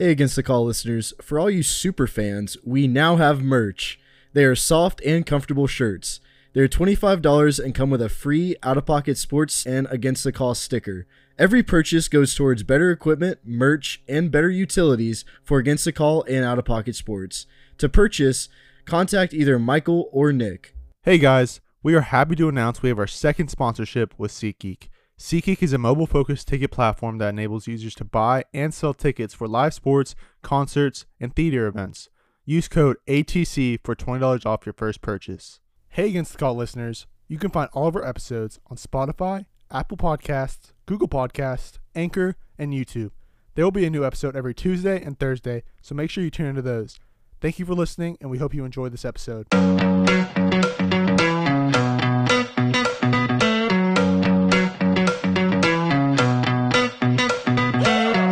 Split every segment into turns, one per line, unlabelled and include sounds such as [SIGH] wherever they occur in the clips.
Hey, Against the Call listeners, for all you super fans, we now have merch. They are soft and comfortable shirts. They're $25 and come with a free out of pocket sports and Against the Call sticker. Every purchase goes towards better equipment, merch, and better utilities for Against the Call and out of pocket sports. To purchase, contact either Michael or Nick.
Hey guys, we are happy to announce we have our second sponsorship with SeatGeek. SeatGeek is a mobile focused ticket platform that enables users to buy and sell tickets for live sports, concerts, and theater events. Use code ATC for $20 off your first purchase. Hey Against the Call listeners, you can find all of our episodes on Spotify, Apple Podcasts, Google Podcasts, Anchor, and YouTube. There will be a new episode every Tuesday and Thursday, so make sure you tune into those. Thank you for listening, and we hope you enjoyed this episode.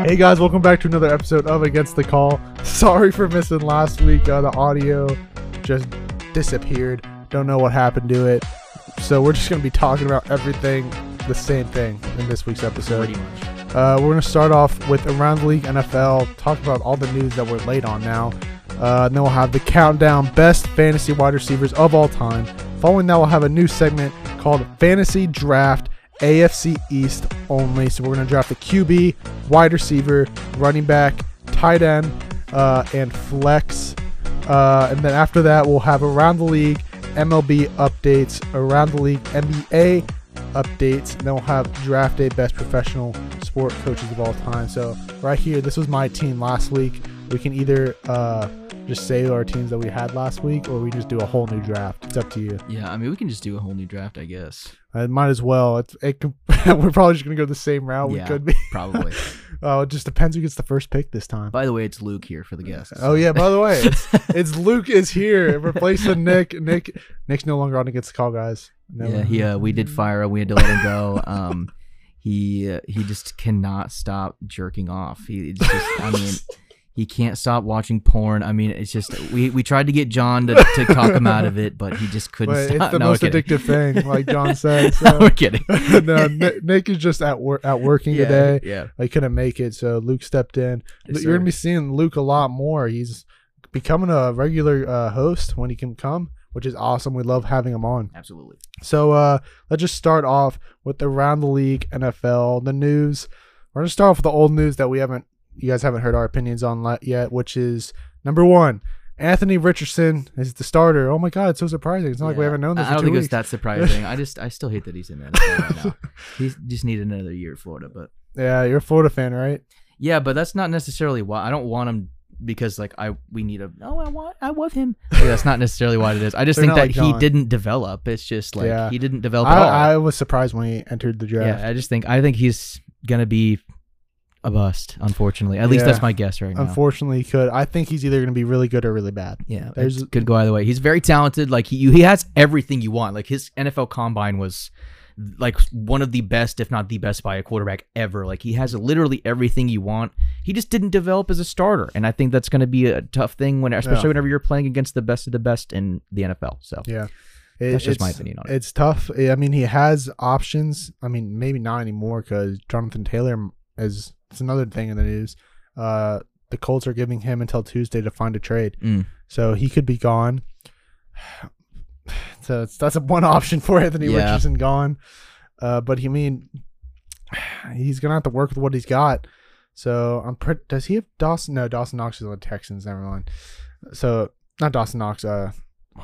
Hey guys, welcome back to another episode of Against the Call. Sorry for missing last week. Uh, the audio just disappeared. Don't know what happened to it. So we're just going to be talking about everything, the same thing in this week's episode. Uh, we're going to start off with Around the League NFL, talk about all the news that we're late on now. Uh, and then we'll have the countdown best fantasy wide receivers of all time. Following that, we'll have a new segment called Fantasy Draft AFC East only. So we're going to draft the QB, wide receiver, running back, tight end, uh, and flex. Uh, and then after that, we'll have Around the League MLB updates, Around the League NBA updates, and then we'll have Draft Day Best Professional Sport Coaches of All Time. So right here, this was my team last week. We can either uh, just say our teams that we had last week, or we just do a whole new draft. It's up to you.
Yeah, I mean, we can just do a whole new draft, I guess.
I might as well. It's it, com- [LAUGHS] we're probably just gonna go the same route. We
Yeah.
could be. [LAUGHS]
Probably.
Oh, it just depends who gets the first pick this time.
By the way, it's Luke here for the guests.
Oh yeah. By the way,
[LAUGHS]
it's, it's Luke is here replacing Nick. Nick Nick's no longer on against the call, guys. No.
yeah, he, uh, we did fire him. We had to let him go. Um, he uh, he just cannot stop jerking off. He it's just,
[LAUGHS]
I mean, he can't stop watching porn. I mean, it's just we, we tried to get John to, to talk him out of it, but he just couldn't
But
stop.
it's the
no,
most
we're kidding.
addictive thing, like
[LAUGHS]
John said.
No,
So.
we're kidding.
[LAUGHS]
[LAUGHS]
no, Nick, Nick is just at work at working
yeah,
today.
Yeah.
I couldn't make it, so Luke stepped in.
Yes,
You're
sir.
gonna be seeing Luke a lot more. He's becoming a regular uh, host when he can come, which is awesome. We love having him on.
Absolutely.
So uh, let's just start off with the round the league NFL, the news. We're gonna start off with the old news that we haven't, you guys haven't heard our opinions on li- yet, which is number one, Anthony Richardson is the starter. Oh my God, it's so surprising. It's not like we
Yeah.
haven't known this.
I
for
don't
two
think
weeks.
it's
[LAUGHS]
that surprising. I just I still hate that he's in there. That's all I know. He just needed another year at Florida, but
yeah, you're a Florida fan, right?
Yeah, but that's not necessarily why I don't want him because like I we need a oh I want I love him. Like, that's not necessarily what it is. I just
They're
think
not
that
like
he
John.
didn't develop. It's just like
Yeah.
he didn't develop at all.
I, I was surprised when he entered the draft.
yeah, I just think I think he's gonna be a bust. Unfortunately, at least
Yeah.
that's my guess right now.
Unfortunately, he could. I think he's either going to be really good or really bad.
yeah,
there's-
it could go either way. He's very talented. Like he he has everything you want. Like his NFL Combine was like one of the best, if not the best, by a quarterback ever. Like he has literally everything you want. He just didn't develop as a starter, and I think that's going to be a tough thing when, especially
Yeah.
whenever you're playing against the best of the best in the NFL. So
Yeah.
That's just
it's-
my opinion on it.
It's tough. I mean, he has options. I mean, maybe not anymore because Jonathan Taylor is. It's another thing in the news. Uh, the Colts are giving him until Tuesday to find a trade,
Mm.
so he could be gone. [SIGHS] So it's, that's a one option for Anthony
Yeah.
Richardson gone. Uh, but he mean [SIGHS] he's gonna have to work with what he's got. So I'm pretty. Does he have Dawson? No, Dawson Knox is on the Texans. Never mind. So not Dawson Knox. Uh,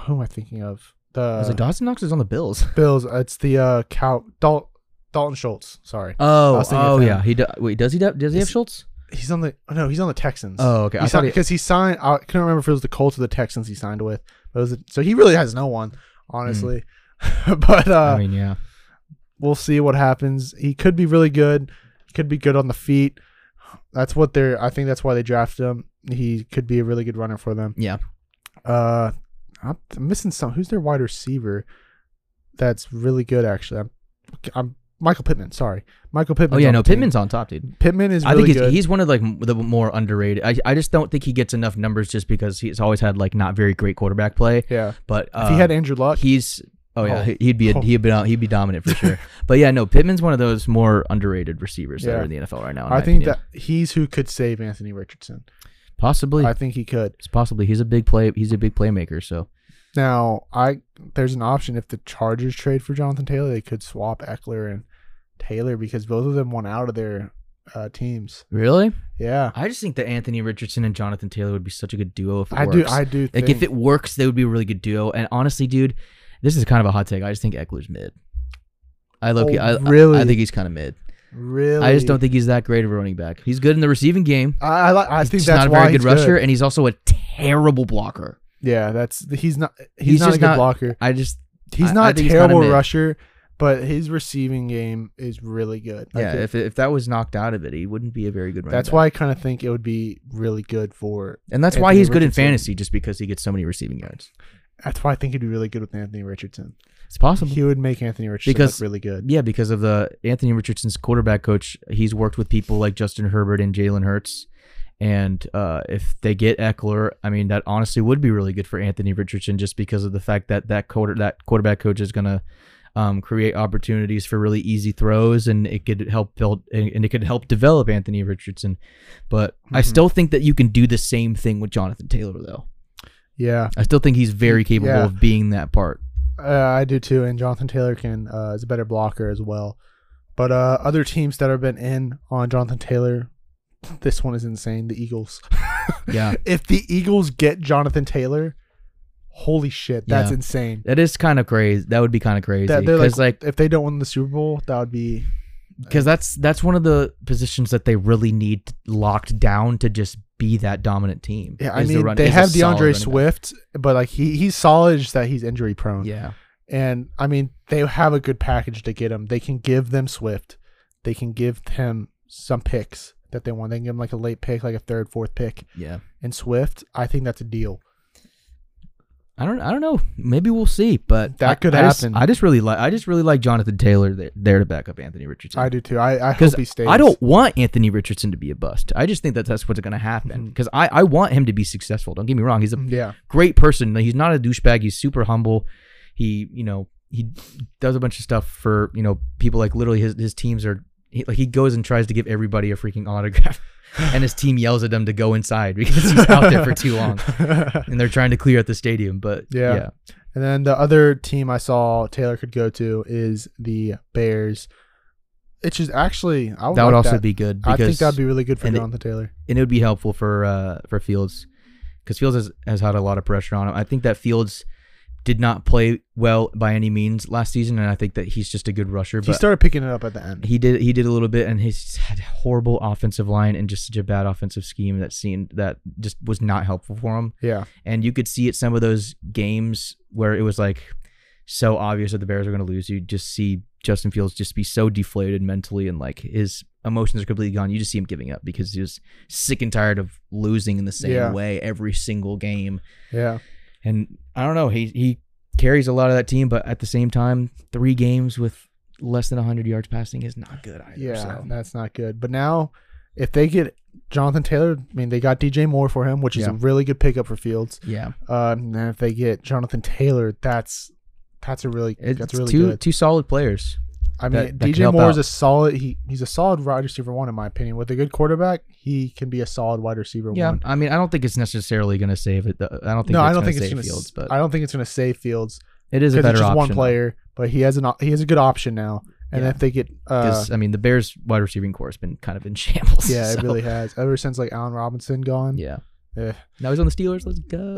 who am I thinking of? The
was it Dawson Knox is on the Bills?
Bills. It's the uh Cow Dal- Dalton Schultz. Sorry, I
[LAUGHS] Oh,
was thinking of
oh
him.
yeah. He do, wait, does he do, does he have
Is-
Schultz?
he's on the oh, no, he's on the Texans.
Oh, okay. I thought he,
because he, signed. I couldn't remember if it was the Colts or the Texans he signed with. But it was so he really has no one, honestly. [LAUGHS] but uh,
Mm. I mean, yeah.
we'll see what happens. He could be really good. Could be good on the feet. That's what they're. I think that's why they drafted him. He could be a really good runner for them.
Yeah.
Uh, I'm I'm missing some. Who's their wide receiver? That's really good. Actually, I'm. I'm Michael Pittman. Sorry, Michael Pittman.
Oh yeah, no, Pittman's on top, dude.
Pittman is. Really
I think he's,
good.
he's one of like m- the more underrated. I, I just don't think he gets enough numbers just because he's always had like not very great quarterback play.
yeah.
But uh,
if he had Andrew Luck,
he's Oh yeah,
Oh.
he- he'd be a,
Oh.
he'd be he'd be dominant
[LAUGHS]
for sure. but yeah, no, Pittman's one of those more underrated receivers that
Yeah.
are in the NFL right now. in
I
my
think
opinion.
that he's who could save Anthony Richardson.
possibly,
I think he could.
it's possibly he's a big play. He's a big playmaker. So
Now, I there's an option if the Chargers trade for Jonathan Taylor, they could swap Eckler and Taylor because both of them went out of their uh, teams.
really,
Yeah,
I just think that Anthony Richardson and Jonathan Taylor would be such a good duo if it
I
works.
do. I do.
like
Think,
if it works, they would be a really good duo. And honestly, dude, this is kind of a hot take. I just think Eckler's mid. I look.
Oh,
I, I-
really?
I think he's kind of mid.
really,
I just don't think he's that great of a running back. He's good in the receiving game.
I I, like- I
He's
think
just
that's
not a
why
very good
he's
rusher, and he's also a terrible blocker.
Yeah, that's he's not. He's,
He's
not a
just
good
not-
blocker.
I just I-
He's
I
not a
think he's kinda
terrible
mid.
rusher, but his receiving game is really good. I
yeah.
think
If if that was knocked out of it, he wouldn't be a very good running.
that's
back.
why I kind of think it would be really good for.
and that's why
Anthony
he's good in
Richardson-
fantasy, just because he gets so many receiving yards.
That's why I think he'd be really good with Anthony Richardson.
It's possible.
He would make Anthony Richardson
Because-
look really good.
Yeah, because of the Anthony Richardson's quarterback coach, he's worked with people like Justin Herbert and Jalen Hurts. And uh, if they get Eckler, I mean, that honestly would be really good for Anthony Richardson, just because of the fact that that quarter that quarterback coach is gonna um, create opportunities for really easy throws, and it could help build and and it could help develop Anthony Richardson. But I
Mhm.
still think that you can do the same thing with Jonathan Taylor, though.
Yeah,
I still think he's very capable
Yeah.
of being that part.
Uh, I do too, and Jonathan Taylor can uh, is a better blocker as well. But uh, other teams that have been in on Jonathan Taylor, this one is insane. The Eagles.
Yeah,
if the Eagles get Jonathan Taylor, holy shit, that's
Yeah.
insane.
that is kind of crazy. That would be kind of crazy
That they're like,
because like
if they don't win the Super Bowl, that would be
because that's that's one of the positions that they really need locked down to just be that dominant team.
yeah. I
is the
mean,
run-
they
is a
have
solid running
DeAndre
back.
Swift, but like he he's solid, just that he's injury prone.
Yeah,
And I mean, they have a good package to get him. They can give them Swift. They can give him some picks that they want. They can give him like a late pick, like a third, fourth pick.
yeah.
And Swift, I think that's a deal.
I don't I don't know. Maybe we'll see, but
That
I-
could
I just-
happen.
I just really like I just really like Jonathan Taylor there, there to back up Anthony Richardson.
I do too. I, I
'Cause
hope he stays.
I don't want Anthony Richardson to be a bust. I just think that that's what's going to happen
Mhm.
because I, I want him to be successful. Don't get me wrong. He's
[LAUGHS]
a [LAUGHS]
Yeah.
great person. Like, He's not a douchebag. He's super humble. He, you know, he does a bunch of stuff for, you know, people like literally his, his teams are he, like he goes and tries to give everybody a freaking autograph [LAUGHS] and his team yells at them to go inside because he's out there for
[LAUGHS]
too long
and
and they're trying to clear out the stadium. But
Yeah.
yeah,
then the other team I saw Taylor could go to is the Bears. It's just actually I would
that would
like
also
that.
be good
I
because
think that'd be really good for
and it-
Jonathan Taylor.
and it would be helpful for uh, for Fields because Fields has, has had a lot of pressure on him. I think that Fields did not play well by any means last season, and I think that he's just a good rusher.
He
But
started picking it up at the end.
he did he did a little bit, and he's had a horrible offensive line and just such a bad offensive scheme that seemed that just was not helpful for him.
Yeah.
And you could see at some of those games where it was like so obvious that the Bears are going to lose. You just see Justin Fields just be so deflated mentally and like his emotions are completely gone. You just see him giving up because he was sick and tired of losing in the same
Yeah.
way every single game.
Yeah.
And I don't know, he he carries a lot of that team, but at the same time, three games with less than 100 yards passing is not good either.
Yeah,
so.
that's not good. But now, if they get Jonathan Taylor, I mean, they got DJ Moore for him, which is a
Yeah.
really good pickup for Fields.
Yeah,
Um, and if they get Jonathan Taylor, that's that's a really
it's
that's really
two
good.
two solid players.
I mean,
that- that can
DJ
help
Moore is
out.
a solid he he's a solid wide receiver one in my opinion. With a good quarterback, he can be a solid wide receiver
Yeah,
one.
I mean, I don't think it's necessarily going to save it. Though. I don't think.
no,
that's
I don't
gonna
think it's
save
gonna.
Fields, but
I don't think it's gonna save Fields
it is a
because
better
it's just
option.
one player. But he has an op- he has a good option now. And
Yeah.
if they get uh,
Because I mean, the Bears' wide receiving core has been kind of in [LAUGHS] shambles.
yeah,
so-
it really has ever since like Allen Robinson gone.
Yeah.
Eh.
Now he's on the Steelers.
[LAUGHS]
Let's go.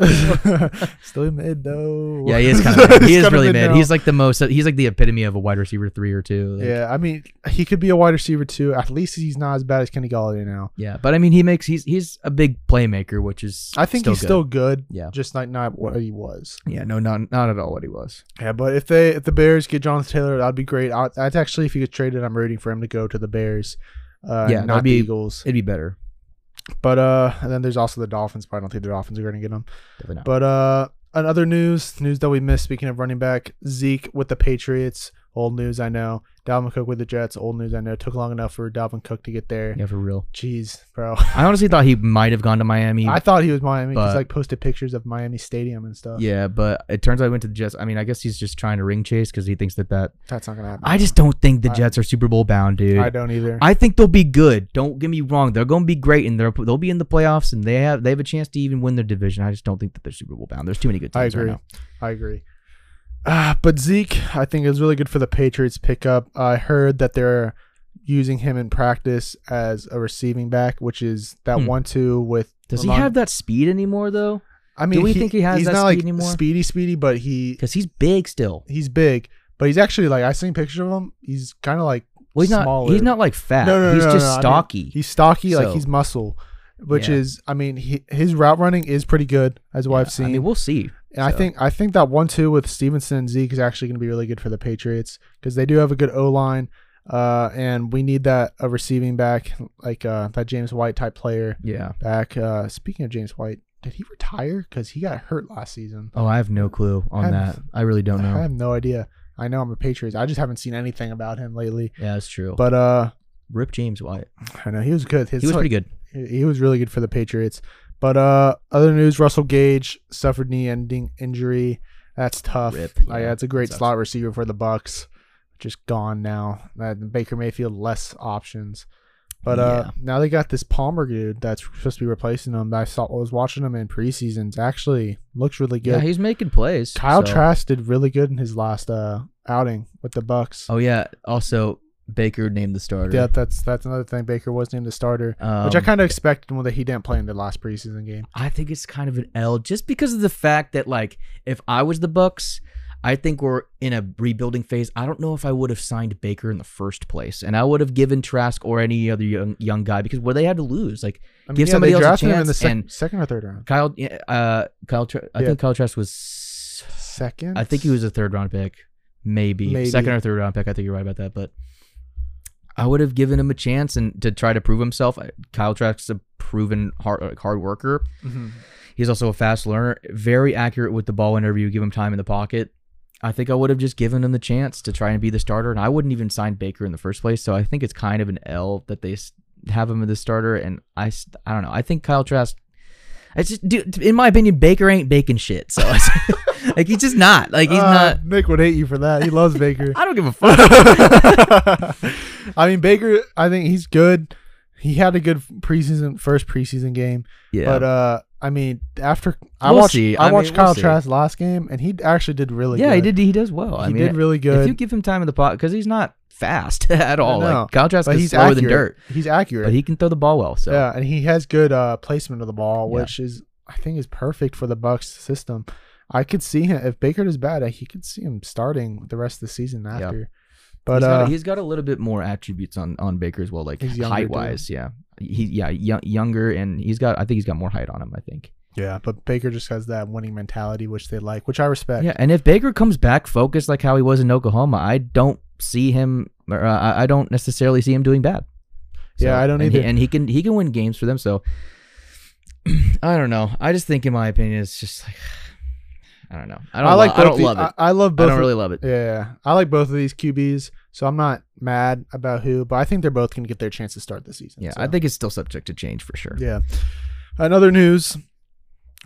Still mid though.
yeah,
[LAUGHS]
he is kind of. He is
kinda
really mid.
now.
He's like the most. He's like the epitome of a wide receiver three or two. Like,
yeah, I mean, he could be a wide receiver too. At least he's not as bad as Kenny Galladay now.
Yeah, but I mean, he makes. He's he's a big playmaker, which is.
I think
still
he's
good.
still good.
Yeah.
just like not what he was.
Yeah. No. Not not at all what he was.
Yeah, but if they if the Bears get Jonathan Taylor, that'd be great. I, that's actually if he gets traded, I'm rooting for him to go to the Bears. Uh, yeah,
Yeah, that'd
not the
be-
Eagles.
It'd be better.
But uh, and then there's also the Dolphins. But I don't think the Dolphins are going to get him.
Definitely not.
But uh, another news news that we missed. Speaking of running back, Zeke with the Patriots Old news, I know. Dalvin Cook with the Jets. Old news, I know. Took long enough for Dalvin Cook to get there.
Yeah, for real.
Jeez, bro.
I honestly thought he might have gone to Miami.
[LAUGHS] I thought he was Miami. He's
But-
like posted pictures of Miami Stadium and stuff.
yeah, but it turns out he went to the Jets. I mean, I guess he's just trying to ring chase because he thinks that that.
That's not gonna happen.
I just don't think the
I-
Jets are Super Bowl bound, dude.
I don't either.
I think they'll be good. Don't get me wrong; they're going to be great, and they're they'll be in the playoffs, and they have they have a chance to even win their division. I just don't think that they're Super Bowl bound. There's too many good
I
teams right
agree.
now.
I agree. Uh, but Zeke, I think, is really good for the Patriots pickup. I heard that they're using him in practice as a receiving back, which is that
Hmm.
one-two with.
Does
Ramon-
he have that speed anymore though?
I mean,
we think he has
he's
that
not
speed
like
anymore?
speedy, speedy, but he
Because he's big still.
he's big. But he's actually like I seen pictures of him. He's kind of like
Well, he's not.
Smaller.
He's not like fat.
No, no, no,
he's
no,
just
no, I mean,
stocky.
he's stocky, like
So-
he's muscle, which
Yeah.
is I mean he, his route running is pretty good as what
Yeah,
I've seen.
I mean, we'll see.
And I
So-
think I think that one two with Stevenson and Zeke is actually going to be really good for the Patriots because they do have a good O line, uh, and we need that a receiving back like uh, that James White type player
Yeah.
back. Uh, speaking of James White, did he retire? Because he got hurt last season.
Oh, I have no clue on
I'm-
that. I really don't
I
know.
have no idea. I know I'm a Patriots. I just haven't seen anything about him lately.
Yeah, that's true.
But uh,
Rip James White.
I know he was good. His
He was
like-
pretty good.
he he was really good for the Patriots. But uh, other news: Russell Gage suffered knee-ending injury. That's tough.
Rip,
like,
yeah,
that's a great
sucks.
slot receiver for the Bucks. Just gone now. That Baker Mayfield less options. But uh,
Yeah.
now they got this Palmer dude that's supposed to be replacing him. that I saw was watching him in preseasons. Actually, looks really
Yeah,
good.
he's making plays.
Kyle
so-
Trask did really good in his last uh outing with the Bucks.
Oh yeah. Also, Baker named the starter.
yeah, that's that's another thing. Baker was named the starter,
Um,
which I kind of expected well, that he didn't play in the last preseason game.
I think it's kind of an L just because of the fact that like if I was the Bucks, I think we're in a rebuilding phase. I don't know if I would have signed Baker in the first place, and I would have given Trask or any other young young guy because what they had to lose, like
I mean,
Give
yeah,
somebody
they
else a
drafted him in
chance
the sec-
and-
second or third round.
Kyle, uh, Kyle, Tra- I
Yeah.
think Kyle Trask was,
Second.
I think he was a third round pick, maybe.
Maybe.
second or third round pick. I think you're right about that, but I would have given him a chance and to try to prove himself. Kyle Trask's a proven hard hard worker.
Mhm.
He's also a fast learner, very accurate with the ball whenever you give him time in the pocket. I think I would have just given him the chance to try and be the starter, and I wouldn't even sign Baker in the first place. So I think it's kind of an L that they s- have him as the starter, and I, s- I don't know. I think Kyle Trask, I just dude, in my opinion, Baker ain't baking shit. So it's- [LAUGHS] like he's just not like he's
Uh,
not.
Nick would hate you for that. He
[LAUGHS]
loves Baker. [LAUGHS]
I don't give a fuck.
I mean, Baker. I think he's good. He had a good preseason, first preseason game.
yeah,
But uh, I mean, after I
We'll
watched,
see.
I,
I mean,
watched
we'll
Kyle
see.
Trask last game, and he actually did really.
yeah,
good.
he did. He does well.
He
I mean,
did really
if
good.
you give him time in the pot, because he's not fast [LAUGHS] at all.
know,
Like Kyle Trask
but
is
he's
slower
accurate.
than dirt,
He's accurate.
but he can throw the ball well. So
Yeah, and he has good uh, placement of the ball,
Yeah.
which is I think is perfect for the Bucks system. I could see him if Baker is bad, he could see him starting the rest of the season after. But
he's,
uh,
got, he's got a little bit more attributes on on Baker as well, like
He's younger,
height
too.
wise. Yeah, he yeah young, younger, and he's got I think he's got more height on him. I think.
yeah, but Baker just has that winning mentality, which they like, which I respect.
Yeah, and if Baker comes back focused like how he was in Oklahoma, I don't see him. Or, uh, I- I don't necessarily see him doing bad.
Yeah, I don't
and
either.
He, and he can he can win games for them. So [CLEARS THROAT] I don't know. I just think, in my opinion, it's just like [SIGHS] I don't know. I don't.
I like.
lo- I
both
don't love
the-
it.
I, I love
I,
both.
don't
of-
really love it.
yeah, I like both of these QBs, so I'm not mad about who, but I think they're both going to get their chance to start the season.
Yeah,
so.
I think it's still subject to change for sure.
Yeah. Another news.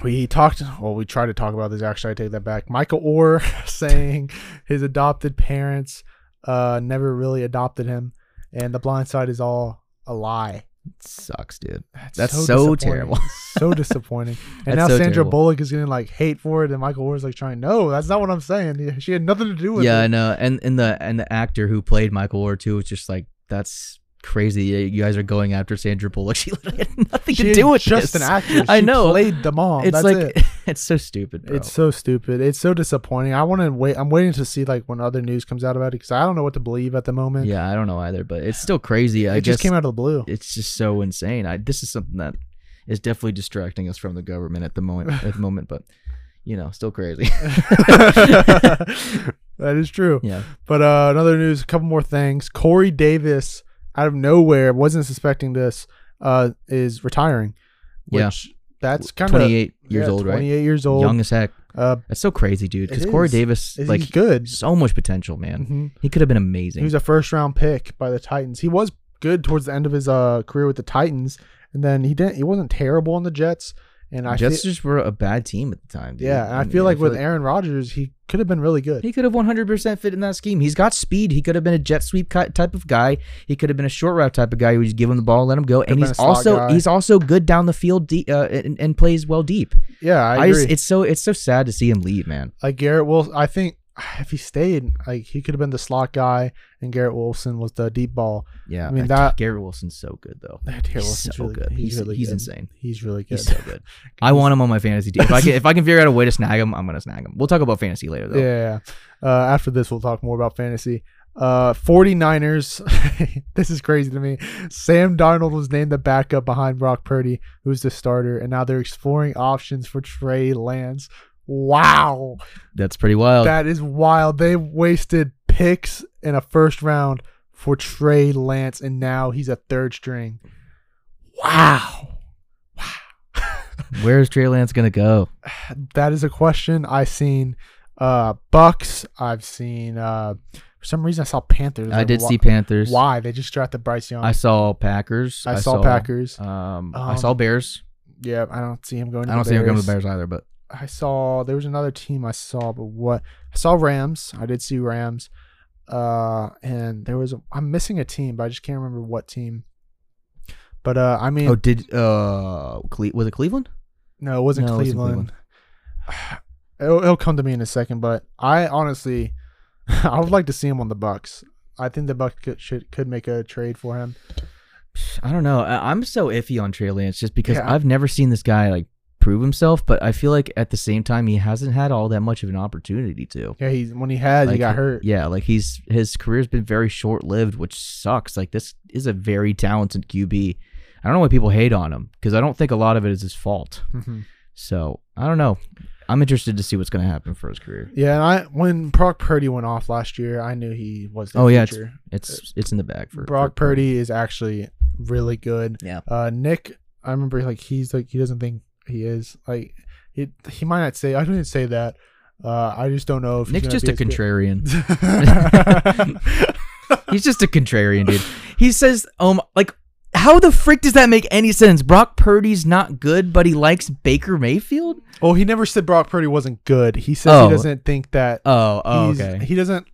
We talked, well, we tried to talk about this. Actually, I take that back. Michael Orr [LAUGHS] saying his adopted parents uh, never really adopted him, and the blind side is all a lie.
sucks, dude. That's so
disappointing.
terrible.
so
[LAUGHS]
disappointing. And
That's
now
so
Sandra
terrible.
Bullock is getting like hate for it, and Michael Orr's like trying, no, that's not what I'm saying. She had nothing to do with
yeah,
it.
I know. And and the and the actor who played Michael Orr too was just like, that's crazy. You you guys are going after Sandra Bullock. [LAUGHS] She literally had nothing
She
to do
ain't
with
just
this.
an actress.
I
She
know.
Played the mom.
it's
that's
like
it.
[LAUGHS] it's so stupid, bro.
It's so stupid. It's so disappointing. I want to wait. I'm waiting to see like when other news comes out about it because I don't know what to believe at the moment.
yeah, I don't know either, but it's still crazy. I
uh, it
guess
just came out of the blue.
it's just so insane. I this is something that is definitely distracting us from the government at
[SIGHS]
the moment. At the moment, but you know,
[LAUGHS]
still crazy. [LAUGHS]
that is true.
yeah,
But uh, another news, a couple more things. Corey Davis, out of nowhere, wasn't suspecting this, uh, is retiring.
Yeah.
Which that's kind of
twenty eight years old, right?
28 years old.
Young as heck.
Uh,
That's so crazy, dude.
It
Because Corey
is.
Davis,
is
like,
he good?
so much potential, man.
hmm
He could have been
He
amazing.
was a first round pick by the Titans. He was good towards the end of his uh, career with the Titans, and then he didn't. He wasn't terrible on the Jets. And I
Jets
feel,
just were a bad team at the time. Dude.
yeah, and I feel like with Aaron Rodgers, he could have been really good.
He could have 100% fit in that scheme. He's got speed. He could have been a jet sweep ki- type of guy. He could have been a short route type of guy. You just give him the ball, let him go.
have
and
been a
he's
slot
also
guy.
he's also good down the field de- uh, and, and plays well deep.
Yeah, I, agree.
just, it's so it's so sad to see him leave, man.
like Garrett Wilson, I think [SIGHS] if he stayed, like he could have been the slot guy, and Garrett Wilson was the deep ball.
Yeah,
I mean, that-
Garrett Wilson's so good though.
[SIGHS] Garrett
He's
Wilson's
so
really
good. He's he's insane.
He's really good.
He's so good. I want him on my fantasy team. If I can if I can figure out a way to snag him, I'm gonna snag him. We'll talk about fantasy later though.
Yeah. Uh, after this, we'll talk more about fantasy. Uh, 49ers. [LAUGHS] this is crazy to me. Sam Darnold was named the backup behind Brock Purdy, who's the starter, and now they're exploring options for Trey Lance. Wow.
That's pretty wild.
That is wild. They wasted picks in a first round for Trey Lance, and now he's a third string. Wow.
Where's Trey Lance gonna go?
That is a question I've seen. Uh, Bucks. I've seen. Uh, for some reason, I saw Panthers.
I
Like,
did
wha-
see Panthers.
Why they just drafted Bryce Young?
I
I,
saw Packers.
Um, saw, Packers.
Um, I
Um,
saw Bears.
Yeah, I don't see him going. To
I don't
the
see him going to the
Bears.
Bears either, but
I saw there was another team I saw, but what I saw Rams. I did see Rams. Uh, and there was a, I'm missing a team, but I just can't remember what team. But uh, I mean,
oh, did uh, Cle- was it Cleveland?
no, it wasn't
no, it wasn't
Cleveland. [SIGHS] it'll, it'll come to me in a second, but I honestly, [LAUGHS] I would like to see him on the Bucks. I think the Bucks could, should could make a trade for him.
I don't know. I- I'm so iffy on Trey Lance just because
Yeah.
I've never seen this guy like prove himself, but I feel like at the same time he hasn't had all that much of an opportunity to.
Yeah, he's when he had,
Like,
he got hurt.
Yeah, like he's his career's been very short lived, which sucks. Like this is a very talented QB. I don't know why people hate on him because I don't think a lot of it is his fault.
Mhm.
So I don't know. I'm interested to see what's going to happen for his career.
Yeah, and I when Brock Purdy went off last year, I knew he was. The
Oh, yeah,
future.
It's it's in the bag for
Uh, Brock
for
Purdy is actually really good.
Yeah.
Uh, Nick, I remember like he's like he doesn't think he is like he he might not say I didn't say that. Uh, I just don't know if he's
Nick's
gonna
just
be
a
as good. [LAUGHS]
contrarian. He's just a contrarian, dude. He says, um, like, how the frick does that make any sense? Brock Purdy's not good, but he likes Baker Mayfield?
well, he never said Brock Purdy wasn't good. He says
Oh.
he doesn't think that.
Oh, oh
he's-
okay.
He doesn't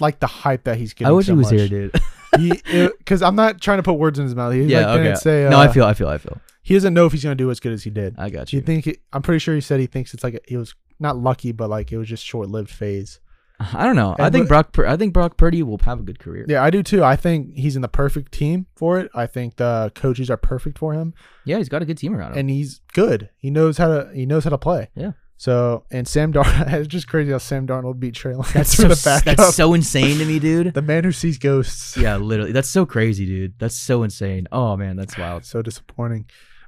like the hype that he's getting.
I wish
so
he was
much.
here, dude.
Because I'm not trying to put words in his
[LAUGHS]
mouth. He
yeah,
like,
okay.
didn't say. Uh,
no, I feel, I feel, I feel.
he doesn't know if he's gonna do as good as he did.
I got
Do you
you.
think? It, I'm pretty sure he said he thinks it's like it was not lucky, but like it was just short-lived phase.
I don't know. I
And
think
but-
Brock, Pur- I think Brock Purdy will have a good career. Yeah,
Yeah, I do too. I think he's in the perfect team for it. I think the coaches are perfect for him,
he's got a good team around him.
and he's good. He knows how to. He knows how to play.
Yeah.
So and Sam Darnold, [LAUGHS] it's just crazy how Sam Darnold beat Trey Lance [LAUGHS]
that's
for
so,
the
s-
backup.
that's so insane to me,
[LAUGHS]
dude.
the man who sees ghosts.
yeah, literally. That's so crazy, dude. That's so insane. Oh man, that's wild.
So disappointing.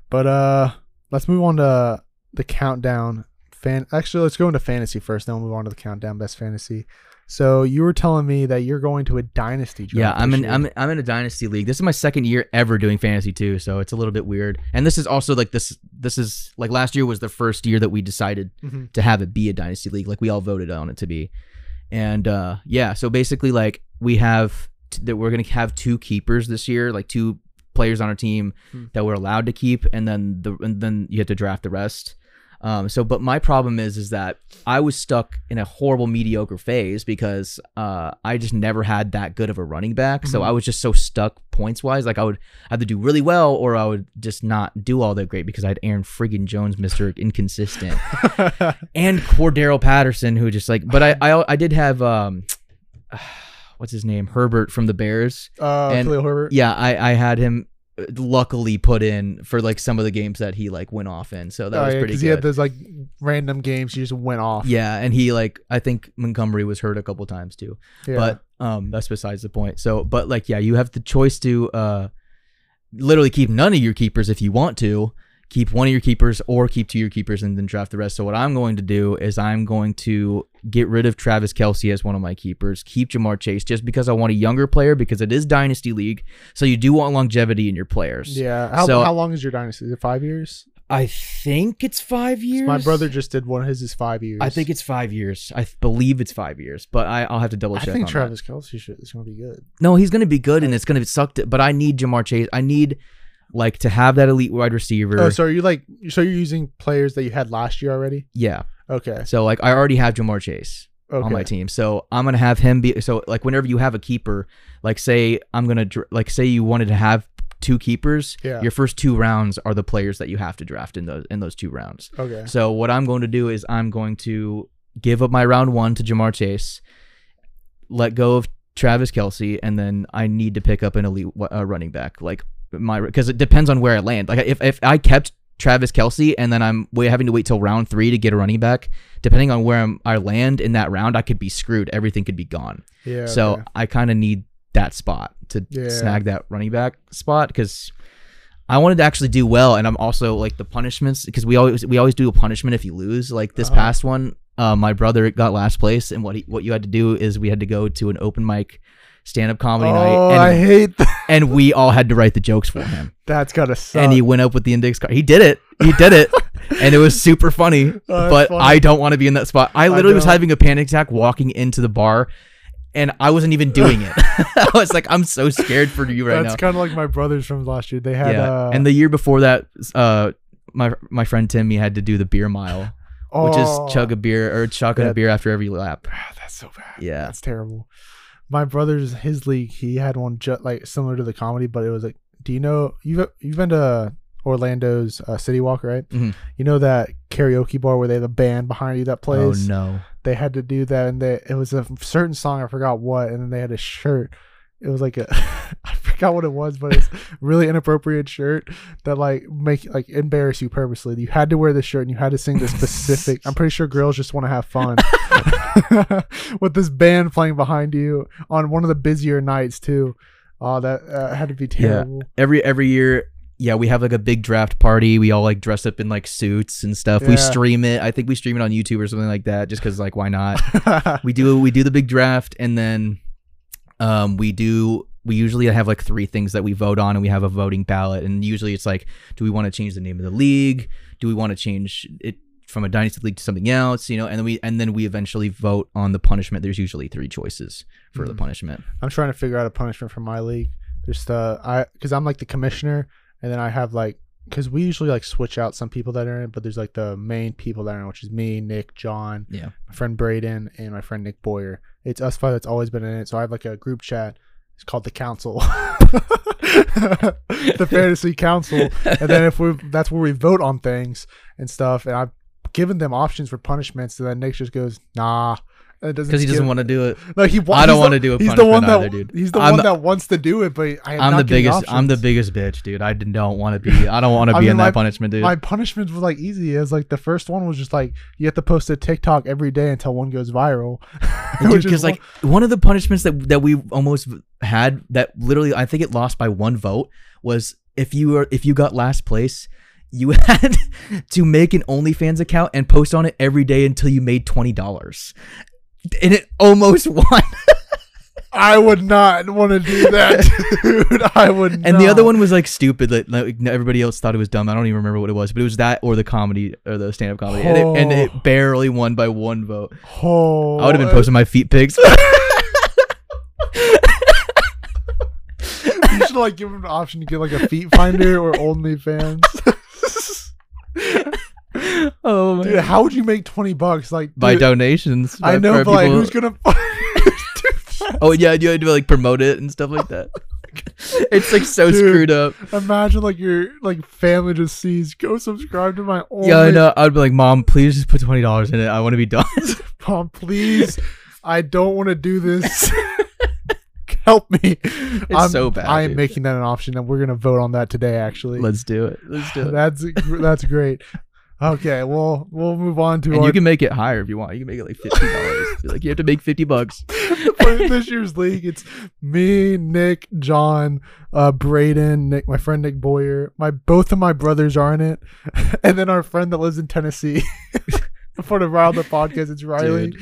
But uh, let's move on to the countdown. Fan, actually, let's go into fantasy first. Then we'll move on to the countdown best fantasy. So you were telling me that you're going to a dynasty
Yeah,
draft.
I'm
this
in
year. [LAUGHS]
I'm I'm in a dynasty league. This is my second year ever doing fantasy too, so it's a little bit weird. And this is also like this this is like last year was the first year that we decided
Mhm.
to have it be a dynasty league. Like we all voted on it to be. And uh yeah, so basically like we have t- that we're going to have two keepers this year, like two players on our team
Hmm.
that we're allowed to keep and then the and then you have to draft the rest. Um, so, but my problem is, is that I was stuck in a horrible mediocre phase because uh, I just never had that good of a running back. So
Mhm.
I was just so stuck points wise. Like I would either do really well or I would just not do all that great because I had Aaron friggin'
[LAUGHS]
Jones, Mister Inconsistent, and Cordero Patterson, who just like. But I, I, I did have um, [SIGHS] what's his name, Herbert from the Bears.
uh,
and-
Khalil Herbert.
Yeah, I, I had him uh, luckily put in for like some of the games that he like went off in. So that
Oh,
was
yeah,
pretty good.
he had those like random games. He just went off.
Yeah, and he like I think Montgomery was hurt a couple times too.
Yeah.
But um that's besides the point. So but like yeah, you have the choice to uh literally keep none of your keepers if you want to, keep one of your keepers or keep two of your keepers and then draft the rest. So what I'm going to do is I'm going to get rid of Travis Kelsey as one of my keepers, keep Jamar Chase just because I want a younger player because it is dynasty league. So you do want longevity in your players.
yeah. How,
so-
how long is your dynasty? Is it five years?
I think it's five years.
My brother just did one. His is five years.
I think it's five years. I th- believe it's five years, but I, I'll have to double
I
check.
think
on
Travis Kelsey shit is gonna be good.
That. No, he's gonna be good, and it's gonna suck. To, but I need Jamar Chase. I need like to have that elite wide receiver.
Oh, so are you like? So you're using players that you had last year already?
yeah.
Okay.
So like I already have Jamar Chase
Okay.
on my team, so I'm gonna have him be. So like whenever you have a keeper, like say I'm gonna dr- like say you wanted to have two keepers.
Yeah.
Your first two rounds are the players that you have to draft in those in those two rounds.
Okay.
So what I'm going to do is I'm going to give up my round one to Jamar Chase, let go of Travis Kelsey, and then I need to pick up an elite uh, running back. Like my because it depends on where I land. Like if if I kept Travis Kelsey and then I'm we having to wait till round three to get a running back, depending on where I'm, I land in that round, I could be screwed. Everything could be gone.
Yeah.
So
okay.
I kind of need that spot to
Yeah.
snag that running back spot because I wanted to actually do well, and I'm also like the punishments because we always we always do a punishment if you lose. Like this
Uh-huh.
past one, uh, my brother got last place, and what he, what you had to do is we had to go to an open mic stand up comedy
Oh,
night, and,
I hate that.
and we all had to write the jokes for him.
That's
[LAUGHS]
gotta suck.
And he went up with the index card. He did it. He
[LAUGHS]
did it. and it was super funny. but
funny.
I don't want to be in that spot. I literally was
don't.
having a panic attack walking into the bar and I wasn't even doing
[LAUGHS]
it. [LAUGHS] I was like, I'm so scared for you right
That's
now.
kind of like my brothers from last year. They had
yeah.
uh,
and the year before that, uh my my friend Timmy had to do the beer mile, which
oh,
is chug a beer or chuck on
Yeah.
a beer after every lap.
That's so bad.
Yeah.
That's terrible. My brother's his league. He had one ju- like similar to the comedy, but it was like, do you know you've you've been to Orlando's uh, City Walk, right?
Mhm.
You know that karaoke bar where they have a band behind you that plays.
Oh no.
They had to do that, and they it was a certain song I forgot what, and then they had a shirt. It was like a [LAUGHS] I forgot what it was, but it's really inappropriate shirt that like make like embarrass you purposely. You had to wear this shirt and you had to sing this specific. I'm pretty sure girls just want to have fun [LAUGHS] with this band playing behind you on one of the busier nights too. Oh, that uh, had to be terrible.
every every year yeah we have like a big draft party we all like dress up in like suits and stuff
Yeah.
we stream it i think we stream it on youtube or something like that just because like why
[LAUGHS]
not we do we do the big draft and then um we do we usually have like three things that we vote on and we have a voting ballot and usually it's like do we want to change the name of the league do we want to change it from a dynasty league to something else you know and then we and then we eventually vote on the punishment there's usually three choices for the
Mhm.
punishment
I'm trying to figure out a punishment for my league. Just uh, I because I'm like the commissioner, and then I have like because we usually like switch out some people that are in, it, but there's like the main people that are in, it, which is me, Nick, John,
Yeah.
my friend Braden, and my friend Nick Boyer. It's us five that's always been in it. So I have like a group chat. It's called the council, [LAUGHS] the fantasy council, and then if we that's where we vote on things and stuff. And I've given them options for punishments, and then Nick just goes nah.
because he doesn't want to do it
to. No, he. wa-
I don't
he's the-
want to do a
he's
punishment
the one that
either, dude.
he's the
I'm
one that wants to do it, but I am
I'm
not
the
given
biggest. I'm the
options.
biggest bitch, dude. I did- don't want to be. I don't want to
[LAUGHS] I
be
mean,
in
my-
that punishment, dude.
My punishments were like easy. It's like the first one was just like you have to post a TikTok every day until one goes viral. [LAUGHS]
dude,
Which is
because like one of the punishments that that we almost had that literally I think it lost by one vote was if you were if you got last place. You [LAUGHS] had to make an OnlyFans account and post on it every day until you made twenty dollars, and it almost [LAUGHS] won.
I would not want to do
[LAUGHS]
that, dude. I would.
And the other one was like stupid. Like, like everybody else thought it was dumb. I don't even remember what it was, but it was that or the comedy or the stand-up comedy, and, it, and
Oh.
it barely won by one vote.
Oh,
I would have been posting my feet
[LAUGHS]
pics.
You should like give him an option to get like a feet finder or OnlyFans.
[LAUGHS] [LAUGHS] oh my
Dude, how would you make twenty bucks? Like,
by
dude,
donations.
I
by-
know,
for
but like,
people-
who's gonna? [LAUGHS]
oh yeah, you had to like promote it and stuff
[LAUGHS]
like that. [LAUGHS] it's like so
Dude.
screwed up.
Imagine like your like family just sees go subscribe to Oh my only
Yeah, I know. I'd be like, Mom, please just put twenty dollars in it. I want to be done. [LAUGHS]
Mom, please. I don't want to do this. [LAUGHS] Help me. It's I'm,
so bad,
I am
dude.
making that an option, and we're gonna vote on that today. Actually,
Let's do it. Let's do it.
that's that's great. Okay, well we'll move on to
And
our,
you can make it higher if you want. You can make it like fifty
[LAUGHS]
dollars. like you have to make fifty bucks.
for [LAUGHS] this year's league. It's me, Nick, John, uh, Braden, Nick, my friend Nick Boyer. My both of my brothers are in it, [LAUGHS] and then our friend that lives in Tennessee. [LAUGHS] For the round the podcast, it's Riley.
Dude.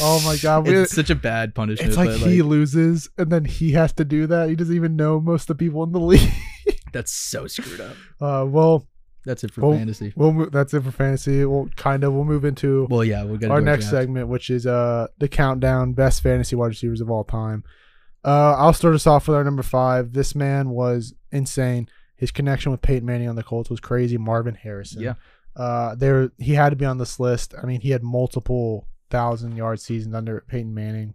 Oh my God, we-
it's such a bad punishment.
It's like
but,
he loses, and then he has [LAUGHS] to do that. He doesn't even know most of the people in the league.
that's so screwed up.
Uh, well,
That's it for
Well-
fantasy.
We'll mo- that's it for fantasy. We'll kind of we'll move into
Well, yeah, we're gonna
our
do
next
draft.
segment, which is uh the countdown best fantasy wide receivers of all time. Uh, I'll start us off with our number five. This man was insane. His connection with Peyton Manning on the Colts was crazy. Marvin Harrison.
Yeah.
Uh, there he had to be on this list. I mean, he had multiple thousand yard seasons under Peyton Manning.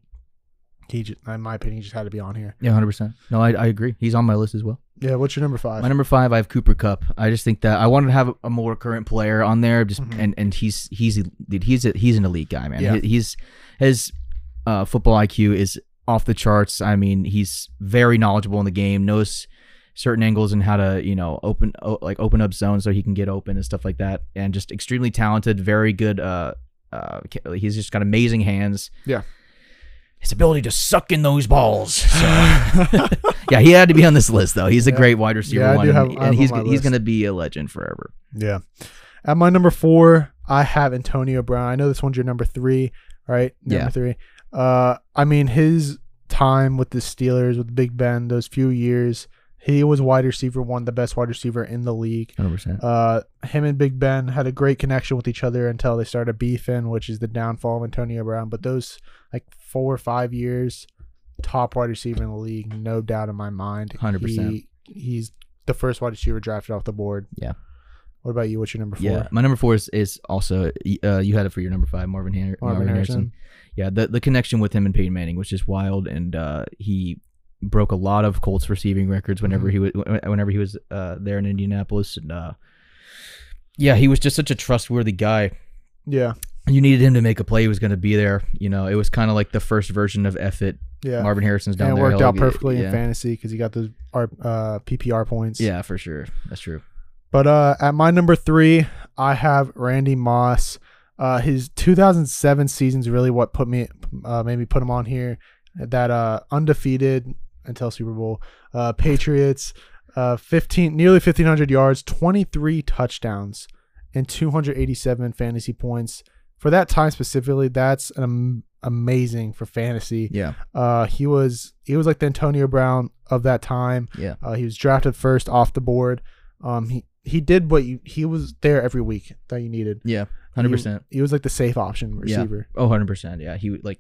He, just, in my opinion, he just had to be on here.
Yeah, hundred percent. No, I, I agree. He's on my list as well.
Yeah. What's your number five?
My number five, I have Cooper Cup. I just think that I wanted to have a more current player on there, just
Mhm.
and and he's he's dude, he's a, he's an elite guy, man.
Yeah.
He- he's his uh, football IQ is off the charts. I mean, he's very knowledgeable in the game, knows certain angles and how to you know open o- like open up zones so he can get open and stuff like that, and just extremely talented, very good. Uh, uh, ca- he's just got amazing hands.
Yeah.
His ability to suck in those
[LAUGHS]
balls. so- [LAUGHS] yeah, he had to be on this list though. He's a
Yeah.
great wide receiver
Yeah, I
one,
do have-
and,
I have
he's
on my
he's
list.
gonna be a legend forever.
Yeah. At my number four, I have Antonio Brown. I know this one's your number three, right? Number
Yeah.
three. Uh, I mean, his time with the Steelers, with Big Ben, those few years, he was wide receiver one, the best wide receiver in the league.
Hundred percent.
Uh, him and Big Ben had a great connection with each other until they started beefing, which is the downfall of Antonio Brown. But those like four or five years, top wide receiver in the league, no doubt in my mind.
100%.
He- He's the first wide receiver drafted off the board.
Yeah.
What about you? What's your number four?
Yeah, my number four is, is also uh, you had it for your number five, Marvin, Har- Marvin, Harrison. Yeah, the the connection with him and Peyton Manning was just wild, and uh, he broke a lot of Colts receiving records whenever
Mm-hmm.
he was whenever he was uh, there in Indianapolis, and uh, yeah, he was just such a trustworthy guy.
Yeah.
You needed him to make a play; he was going to be there. You know, it was kind of like the first version of F it.
Yeah.
Marvin Harrison's down
and it
there.
worked
like,
out perfectly
yeah.
in fantasy because he got those R, uh, PPR points.
Yeah, for sure. That's true.
But uh, at my number three, I have Randy Moss. Uh, his 2007 season's really what put me, uh, made me put him on here. That uh, undefeated until Super Bowl uh, Patriots, uh, 15, nearly 1500 yards, 23 touchdowns, and 287 fantasy points. For that time specifically, that's an am- amazing for fantasy.
Yeah,
Uh, he was he was like the Antonio Brown of that time.
yeah,
Uh, he was drafted first off the board. Um, he he did what you he was there every week that you needed.
yeah. Hundred percent.
He was like the safe option receiver.
Oh, 100%. Yeah, he would, like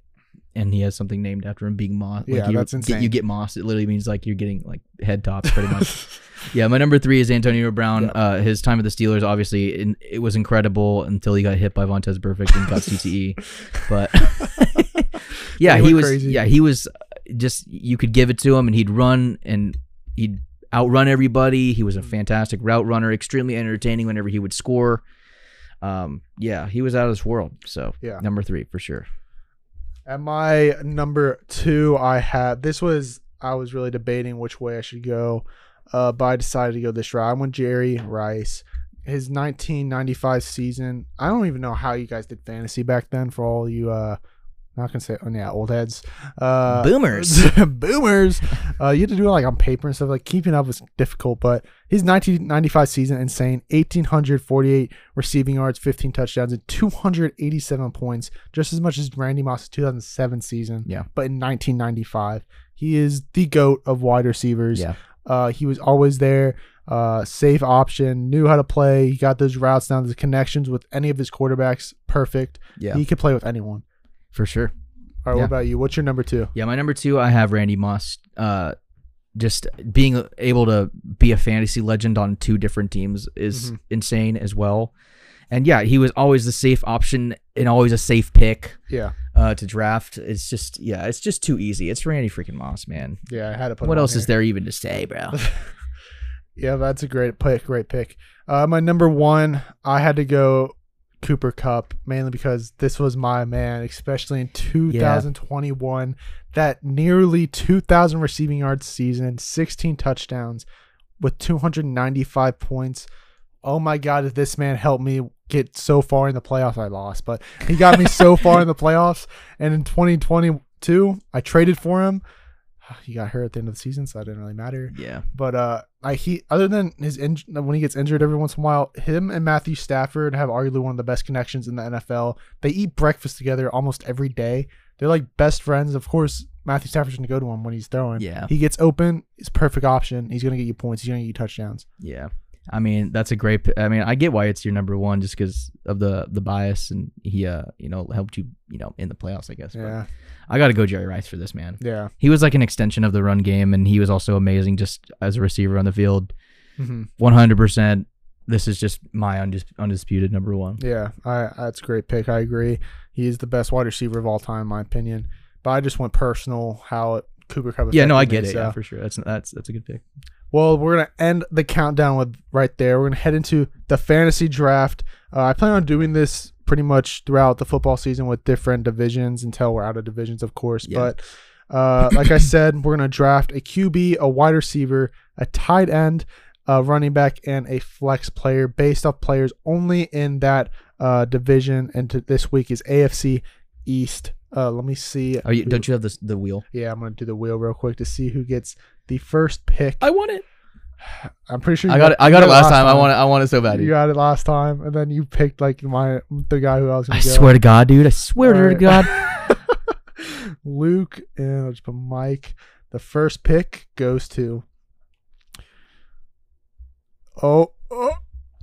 and he has something named after him being moss. Like
Yeah,
you,
that's
get-
insane.
you get moss, it literally means like you're getting like head tops pretty much.
[LAUGHS]
yeah, my number 3 is Antonio Brown.
Yeah.
Uh his time at the Steelers obviously in, it was incredible until he got hit by Vontez Perfect and
[LAUGHS]
got E. CTE. But [LAUGHS] yeah,
They
he
went
was
crazy.
yeah, he was uh, just you could give it to him and he'd run and he'd outrun everybody. He was
Mm-hmm.
a fantastic route runner, extremely entertaining whenever he would score. Um, yeah, he was out of this world. So
Yeah.
number three for sure.
At my number two, I had this was I was really debating which way I should go, uh, but I decided to go this route. I went Jerry Rice. His 1995 season. I don't even know how you guys did fantasy back then. For all you, uh, not gonna say, oh yeah, old heads, uh,
Boomers.
[LAUGHS] boomers. Uh, you had to do it like on paper and stuff. Like keeping up was difficult, but his 1995 season insane. 1848 receiving yards, 15 touchdowns, and 287 points, just as much as Randy Moss's 2007 season.
Yeah.
but in 1995, he is the goat of wide receivers.
Yeah.
Uh, he was always there. Uh, safe option, knew how to play. He got those routes down. The connections with any of his quarterbacks, perfect.
Yeah.
He could play with anyone.
for sure.
All right, what
Yeah.
about you? What's your number two?
Yeah, my number two, I have Randy Moss. Uh, just being able to be a fantasy legend on two different teams is
Mhm.
insane as well. And yeah, he was always the safe option and always a safe pick
Yeah,
uh, to draft. It's just yeah, it's just too easy. It's Randy freaking Moss, man.
yeah, I had to put.
what
him on
else
here.
is there even to say, bro?
Yeah, that's a great pick. Great pick. Uh, my number one, I had to go Cooper Cup mainly because this was my man, especially in 2021. That nearly 2,000 receiving yards season, 16 touchdowns, with 295 points. Oh my God, if this man helped me get so far in the playoffs, I lost, but he got me so far in the playoffs. And in 2022, I traded for him. [SIGHS] He got hurt at the end of the season, so that didn't really matter.
[LAUGHS] yeah,
But uh, I he other than his in, when he gets injured every once in a while, him and Matthew Stafford have arguably one of the best connections in the NFL. They eat breakfast together almost every day. They're like best friends. Of course, Matthew Stafford's gonna go to him when he's throwing.
Yeah.
he gets open. It's perfect option. He's gonna get you points. He's gonna get you touchdowns.
yeah. I mean, that's a great. p- I mean, I get why it's your number one just because of the the bias and he, uh, you know, helped you, you know, in the playoffs. I guess. But
Yeah.
I got to go Jerry Rice for this man.
Yeah.
He was like an extension of the run game, and he was also amazing just as a receiver on the field.
hmm
One hundred percent. This is just my undis- undisputed number one.
Yeah. I that's a great pick. I agree. He is the best wide receiver of all time, in my opinion. But I just went personal how it, Cooper Cup.
Yeah, no, I
affected me,
get it.
so-
Yeah, for sure. That's that's that's a good pick.
Well, we're gonna end the countdown with right there. We're gonna head into the fantasy draft. Uh, I plan on doing this pretty much throughout the football season with different divisions until we're out of divisions, of course.
Yeah.
But uh, like
[COUGHS]
I said, we're gonna draft a QB, a wide receiver, a tight end, a running back, and a flex player based off players only in that uh, division. And to, this week is AFC East. Uh, let me see.
Oh, you,
who-
don't you have this the wheel?
Yeah, I'm gonna do the wheel real quick to see who gets the first pick.
I want it.
I'm pretty sure
I
you
got it. I got it
you
last time. I want it. I want it so bad.
You
dude.
got it last time, and then you picked like my the guy who I was. Gonna
I
go.
swear to God, dude. I swear to
Alright.
God.
[LAUGHS] Luke and I'll just put Mike. The first pick goes to. Oh, oh,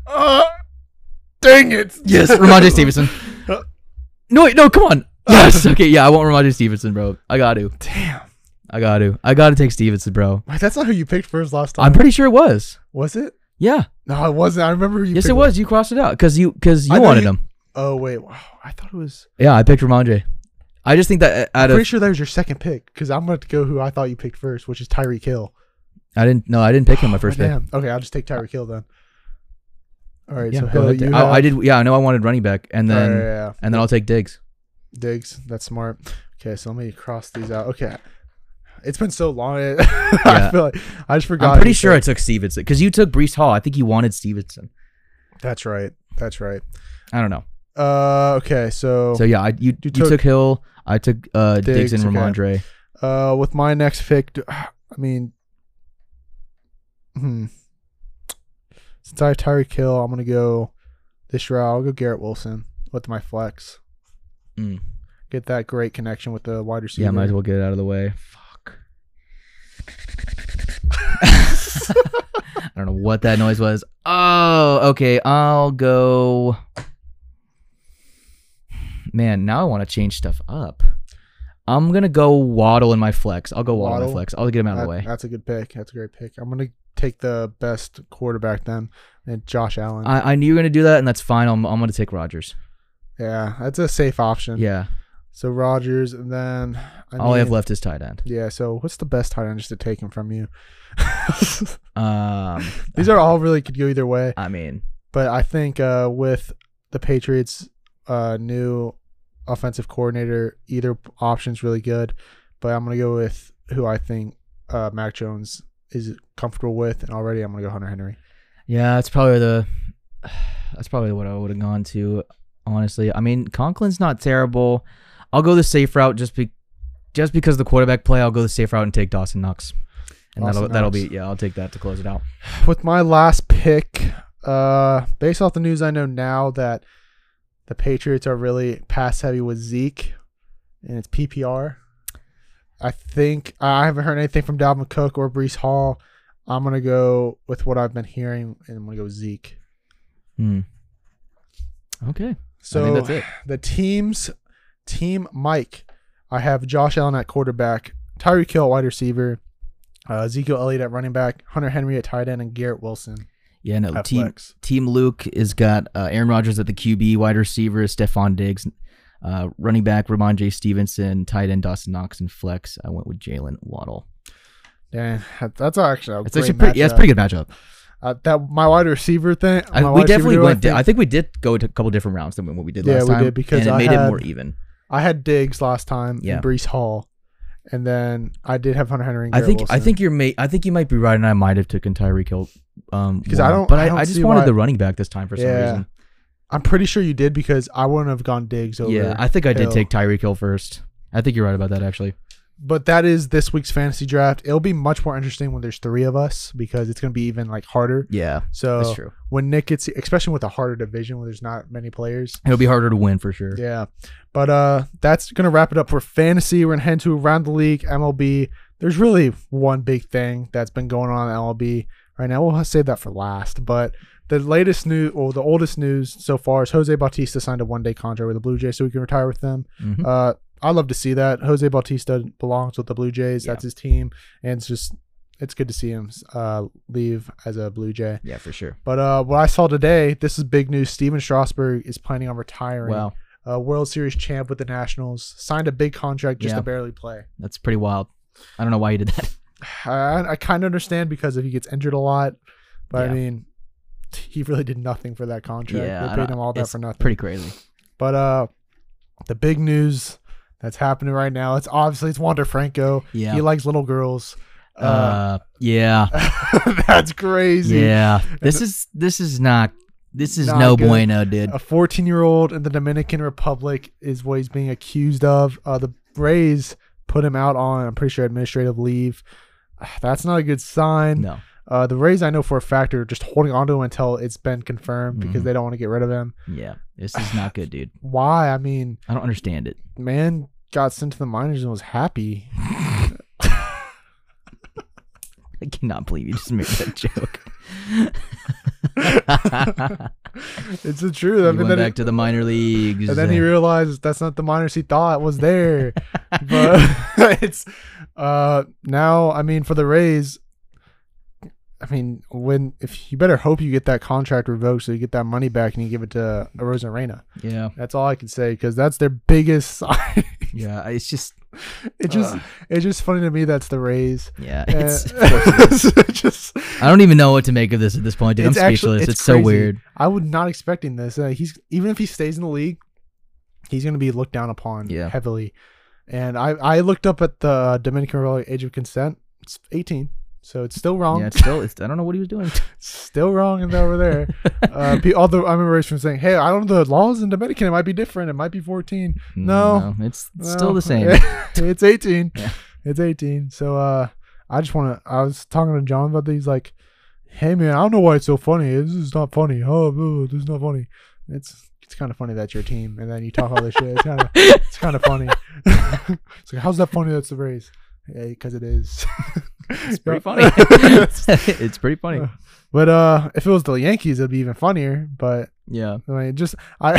ah, dang it!
Yes,
[LAUGHS]
Ramondre Stevenson. No, wait, no, come on. Yes. Okay, yeah, I want Ramondre Stevenson, bro. I got to.
Damn,
I got to. I got to take Stevenson, bro.
Wait, that's not who you picked first last time.
I'm pretty sure it was.
was it?
Yeah.
No, it wasn't. I remember who you.
Yes,
picked
it was. You crossed it out because you because
I
you
know
wanted
you-
him.
Oh wait, wow! I thought it was.
Yeah, I picked Ramondre. I just think that uh, out
pretty
of
sure that was your second pick because I'm going to go who I thought you picked first, which is Tyreek Hill.
I didn't no I didn't pick him my first
Oh,
pick.
damn. Okay, I'll just take Tyreek Hill then. All right,
Yeah,
so
go
Hill,
ahead.
you
I, I
have-
did. Yeah, I know I wanted running back, and
All right,
then
Oh, yeah, yeah,
and then I'll take Diggs.
yeah. Diggs. That's smart. Okay, so let me cross these out. Okay, it's been so long. [LAUGHS] I- I
Yeah.
feel like I just forgot.
I'm pretty
you
sure I
said-
took Stevenson because you took Brees Hall. I think you wanted Stevenson.
That's right. That's right.
I don't know.
Uh, okay, so,
So yeah, I, you you
took-
took, Hill. I took uh, Diggs,
Diggs, okay.
and Ramondre.
uh, with my next pick, do- I mean, hmm. Since I have Tyreek Hill, I'm gonna go this route. I'll go Garrett Wilson with my flex.
Mm.
Get that great connection with the wide receiver.
Yeah, might as well get it out of the way. Fuck. [LAUGHS] I don't know what that noise was. Oh, okay. I'll go. Man, now I want to change stuff up. I'm gonna go waddle in my flex. I'll go waddle, in
Waddle?
my flex. I'll get him out of
That-
the way.
That's a good pick. That's a great pick. I'm gonna take the best quarterback then, and Josh Allen.
I, I knew you were gonna do that, and that's fine. I'm, I'm gonna take Rogers.
yeah, that's a safe option.
Yeah.
So Rogers, and then I
All I have
mean-
left is tight end.
Yeah. So what's the best tight end just to take him from
[LAUGHS]
you?
Um.
[LAUGHS] These are all really could go either way,
I mean,
but I think uh, with the Patriots' uh, new offensive coordinator, either option's really good. But I'm gonna go with who I think uh, Mac Jones is comfortable with, and already I'm gonna go Hunter Henry.
Yeah, that's probably the [SIGHS] that's probably what I would have gone to, honestly. I mean, Conklin's not terrible. I'll go the safe route just be just because of the quarterback play, I'll go the safe route and take Dawson Knox. And that'll
Dawson
that'll
Knox.
be yeah, I'll take that to close it out.
with my last pick, uh, based off the news I know now that the Patriots are really pass heavy with Zeke, and it's PPR. I think I haven't heard anything from Dalvin Cook or Brees Hall. I'm gonna go with what I've been hearing, and I'm gonna go Zeke.
Hmm. Okay.
So
I think that's it.
the teams, team Mike, I have Josh Allen at quarterback, Tyreek Hill at wide receiver, uh, Ezekiel Elliott at running back, Hunter Henry at tight end, and Garrett Wilson
Yeah, no.
at
Team
flex.
Team Luke has got uh, Aaron Rodgers at the QB, wide receiver Stephon Diggs, uh, running back Ramon J. Stevenson, tight end Dawson Knox, and flex. I went with Jalen Waddle.
Dang, that- that's actually a
It's
great
actually pretty, yeah, it's
matchup.
pretty good matchup.
Uh, that my wide receiver thing.
I,
my
we
wide receiver
definitely
duo,
went. di-
I,
I
think,
think we did go to a couple different rounds than what we did
Yeah,
last
we
time.
did, because
and it
I
made it more
had-
even.
I had Diggs last time.
Yeah.
and Brees Hall, and then I did have Hunter Henry. And
I
Garrett
think. I
Wilson.
think you're. May, I think you might be right, and I might have taken Tyreek Hill. Um,
'Cause I
one,
don't-
But
I
I,
don't
I just
see
wanted
why-
the running back this time for some
Yeah,
reason.
I'm pretty sure you did because I wouldn't have gone Diggs over.
Yeah, I think I did
Hill.
take Tyreek Hill first. I think you're right about that actually.
But that is this week's fantasy draft. It'll be much more interesting when there's three of us because it's going to be even like harder.
Yeah, that's
So
true.
when Nick gets, especially with a harder division where there's not many players,
It'll be harder to win for sure.
Yeah. But uh that's gonna wrap it up for fantasy. We're gonna head to around the league, MLB. There's really one big thing that's been going on in MLB right now. We'll save that for last. But the latest news, or the oldest news so far, is Jose Bautista signed a one-day contract with the Blue Jays, so he can retire with them.
Mhm.
Uh, I love to see that. Jose Bautista belongs with the Blue Jays.
Yeah.
That's his team, and it's just it's good to see him uh, leave as a Blue Jay.
yeah, for sure.
But uh, what I saw today, this is big news. Steven Strasburg is planning on retiring.
Wow,
Uh, World Series champ with the Nationals, signed a big contract just
Yeah.
to barely play.
that's pretty wild. I don't know why he did that. [LAUGHS]
I, I kind of understand because if he gets injured a lot, but
Yeah.
I mean, he really did nothing for that contract.
Yeah, I
they paid
don't-
him all that
it's
for nothing.
Pretty crazy.
But uh, the big news that's happening right now, it's obviously it's Wander Franco.
Yeah.
He likes little girls.
uh,
Uh,
yeah.
[LAUGHS] that's crazy.
Uh, Yeah. This is this is not this is
Not
no
good. Oh.
bueno, dude.
A 14 year old in the Dominican Republic is what he's being accused of. Uh, the Rays put him out on, I'm pretty sure, administrative leave. [SIGHS] That's not a good sign.
No.
Uh, the Rays, I know for a fact, are just holding on to him until it's been confirmed because
Mhm.
they don't want to get rid of him.
Yeah. This is not good, dude.
Why? I mean,
I don't understand it.
man got sent to the minors and was happy. [LAUGHS]
I cannot believe you just made
[LAUGHS]
that [LAUGHS] joke.
It's the truth. I
he
mean,
went
then
back
he-
to the minor leagues.
and then
[LAUGHS]
he realized that's not the minors he thought was there. but [LAUGHS] it's uh now. I mean, for the Rays, I mean, when if you better hope you get that contract revoked so you get that money back and you give it to Rosarena.
yeah,
That's all I can say because that's their biggest. [LAUGHS] sign.
yeah. It's just
it just
Ugh.
it's just funny to me that's the Rays.
yeah.
Uh, [LAUGHS]
It's, [LAUGHS]
it's just
I don't even know what to make of this at this point, dude. I'm
It's actually-
speechless.
it's
It's, so
crazy. [LAUGHS]
weird.
I was not expecting this. Uh, he's even if he stays in the league, he's going to be looked down upon
Yeah.
heavily. And I I looked up at the Dominican Republic age of consent. It's 18, so it's still wrong.
Yeah, it's still. It's, I don't know what he was
[LAUGHS]
doing. [LAUGHS] Mm,
still wrong and over there. uh, pe- although I remember from saying, "Hey, I don't know the laws in Dominican. It might be different. It might be 14. No.
it's, it's still
Well, [LAUGHS]
the same.
it's 18.
Yeah.
It's 18. So uh, I just want to. I was talking to John about these. Like, hey man, I don't know why it's so funny. This is not funny. Oh, boo, this is not funny. It's it's kind of funny that's your team, and then you talk all this shit. It's kind of it's kind of funny. [LAUGHS] it's like, how's that funny? That's the Rays. Because it is. [LAUGHS]
It's pretty funny. [LAUGHS] it's pretty funny.
but uh, if it was the Yankees, it'd be even funnier. But
Yeah.
I mean, just I,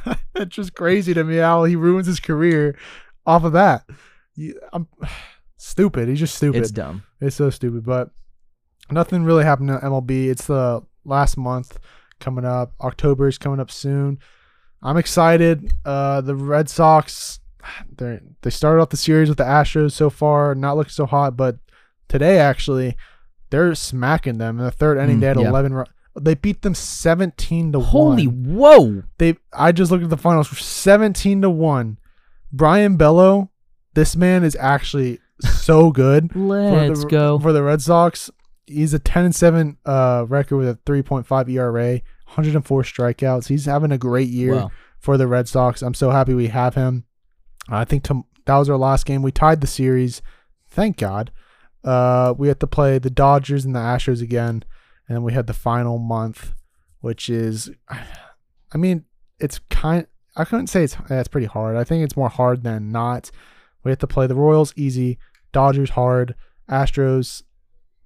[LAUGHS] I it's just crazy to me how he ruins his career off of that. You- I'm [SIGHS] stupid. He's just stupid.
It's
It's,
dumb.
so stupid. But nothing really happened to MLB. It's the last month coming up. October is coming up soon. I'm excited. Uh, the Red Sox, [SIGHS] they they started off the series with the Astros so far, not looking so hot. But today actually, they're smacking them in the third inning.
Mm,
they had
yeah.
11. Run- they beat them 17 to
Holy
one
whoa!
they I just looked at the finals 17 to 1. Brian Bello, this man is actually so good for
Let's
the,
go.
for the Red Sox. He's a 10 and 7 uh, record with a 3.5 ERA, 104 strikeouts. He's having a great year
Wow.
for the Red Sox. I'm so happy we have him. I think tom that was our last game. We tied the series. Thank God. Uh, we have to play the Dodgers and the Astros again, and we had the final month, which is, I mean, it's kind. I couldn't say it's that's pretty hard. I think it's more hard than not. We have to play the Royals easy, Dodgers hard, Astros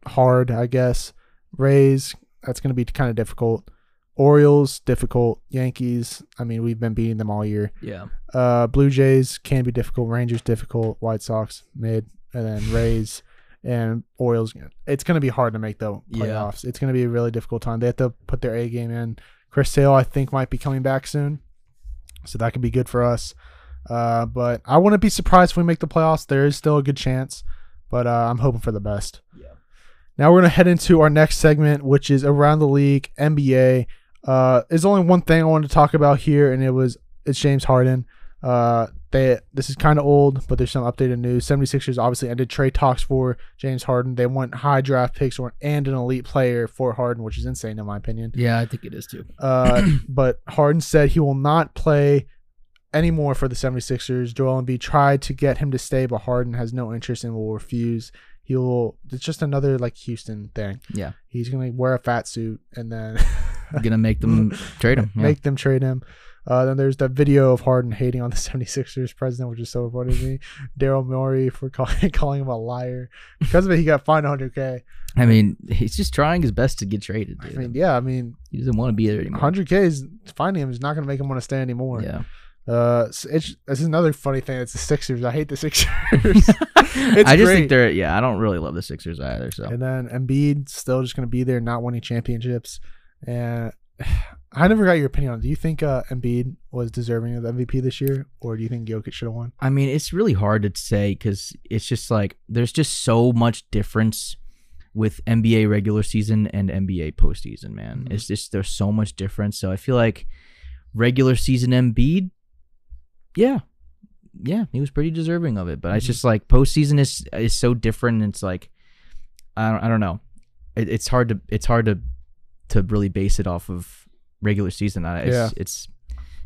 hard, I guess. Rays that's going to be kind of difficult. Orioles difficult. Yankees. I mean, we've been beating them all year.
Yeah.
Uh, Blue Jays can be difficult. Rangers difficult. White Sox mid, and then Rays and Orioles. It's going to be hard to make the
Yeah.
playoffs. It's going to be a really difficult time. They have to put their A game in. Chris Sale, I think, might be coming back soon, so that could be good for us. Uh, but I wouldn't be surprised if we make the playoffs. There is still a good chance, but uh, I'm hoping for the best.
Yeah.
Now we're gonna head into our next segment, which is around the league NBA. Uh, there's only one thing I wanted to talk about here, and it was it's James Harden. Uh, they this is kind of old, but there's some updated news. 76ers obviously ended trade talks for James Harden. They want high draft picks or and an elite player for Harden, which is insane in my opinion.
Yeah, I think it is too.
Uh, but Harden said he will not play anymore for the 76ers. Joel Embiid tried to get him to stay, but Harden has no interest and will refuse. He will. It's just another like Houston thing.
Yeah. [LAUGHS]
He's gonna wear a fat suit and then
gonna make them trade him. yeah.
Make them trade him. Uh, then there's that video of Harden hating on the [LAUGHS] 76ers president, which is so funny to me. Daryl Morey for [LAUGHS] calling, calling him a liar. Because of it, he got fined 100K.
I mean, he's just trying his best to get traded.
I
Dude.
mean, yeah, I mean,
he doesn't want to be there anymore.
100K is finding him is not going to make him want to stay anymore. [LAUGHS]
Yeah.
Uh, s- it's, this is another funny thing. It's the Sixers. I hate the [LAUGHS]
[LAUGHS]
Sixers.
I just
great.
think they're yeah. I don't really love the Sixers either. So
And then Embiid still just going to be there, not winning championships. And [SIGHS] I never got your opinion on. it. Do you think uh, Embiid was deserving of the MVP this year, or do you think Jokic should have won?
I mean, it's really hard to say because it's just like there's just so much difference with NBA regular season and NBA postseason. Man,
Mhm.
it's just there's so much difference. So I feel like regular season Embiid, yeah, yeah, he was pretty deserving of it. But it's
Mhm.
just like postseason is is so different. And it's like I don't I don't know. It, it's hard to it's hard to to really base it off of regular season. I- It's,
Yeah.
it's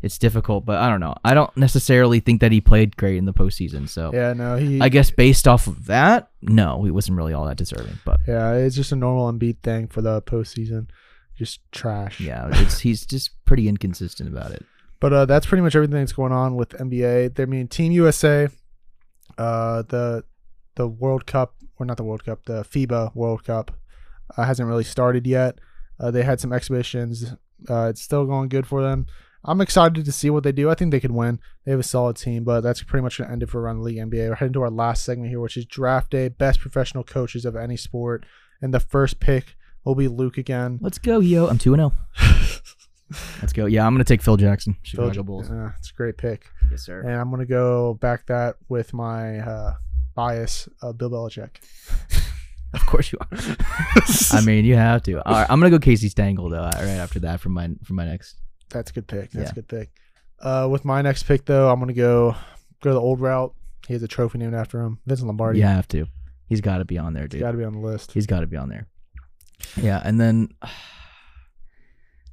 it's difficult, but I don't know. I don't necessarily think that he played great in the postseason. So
Yeah, no, he.
I guess based off of that, no, he wasn't really all that deserving. But
yeah, it's just a normal Embiid thing for the postseason, just trash.
yeah, it's, he's just pretty inconsistent about it.
But uh, that's pretty much everything that's going on with NBA. I mean, Team USA, uh, the the World Cup or not the World Cup, the FIBA World Cup uh, hasn't really started yet. Uh, they had some exhibitions. Uh, it's still going good for them. I'm excited to see what they do. I think they could win. They have a solid team, but that's pretty much going to end it for around the league NBA. We're heading to our last segment here, which is draft day, best professional coaches of any sport, and the first pick will be Luke again.
Let's go, yo. I'm two and
[LAUGHS]
zero. Let's go. Yeah, I'm gonna take Phil Jackson, Chicago
Phil-
Bulls.
Uh, it's a great pick.
Yes, sir.
And I'm gonna go back that with my uh, bias, uh, Bill Belichick.
Of course you are.
[LAUGHS]
[LAUGHS] I mean, you have to. All right, I'm gonna go Casey Stangle though. uh, Right after that, for my for my next.
That's a good pick. That's
Yeah.
a good pick. Uh, with my next pick though, I'm gonna go go the old route. He has a trophy named after him, Vincent Lombardi.
You have to. He's got to be on there, dude.
he's got to be on the list.
He's got to be on there. Yeah, and then [SIGHS]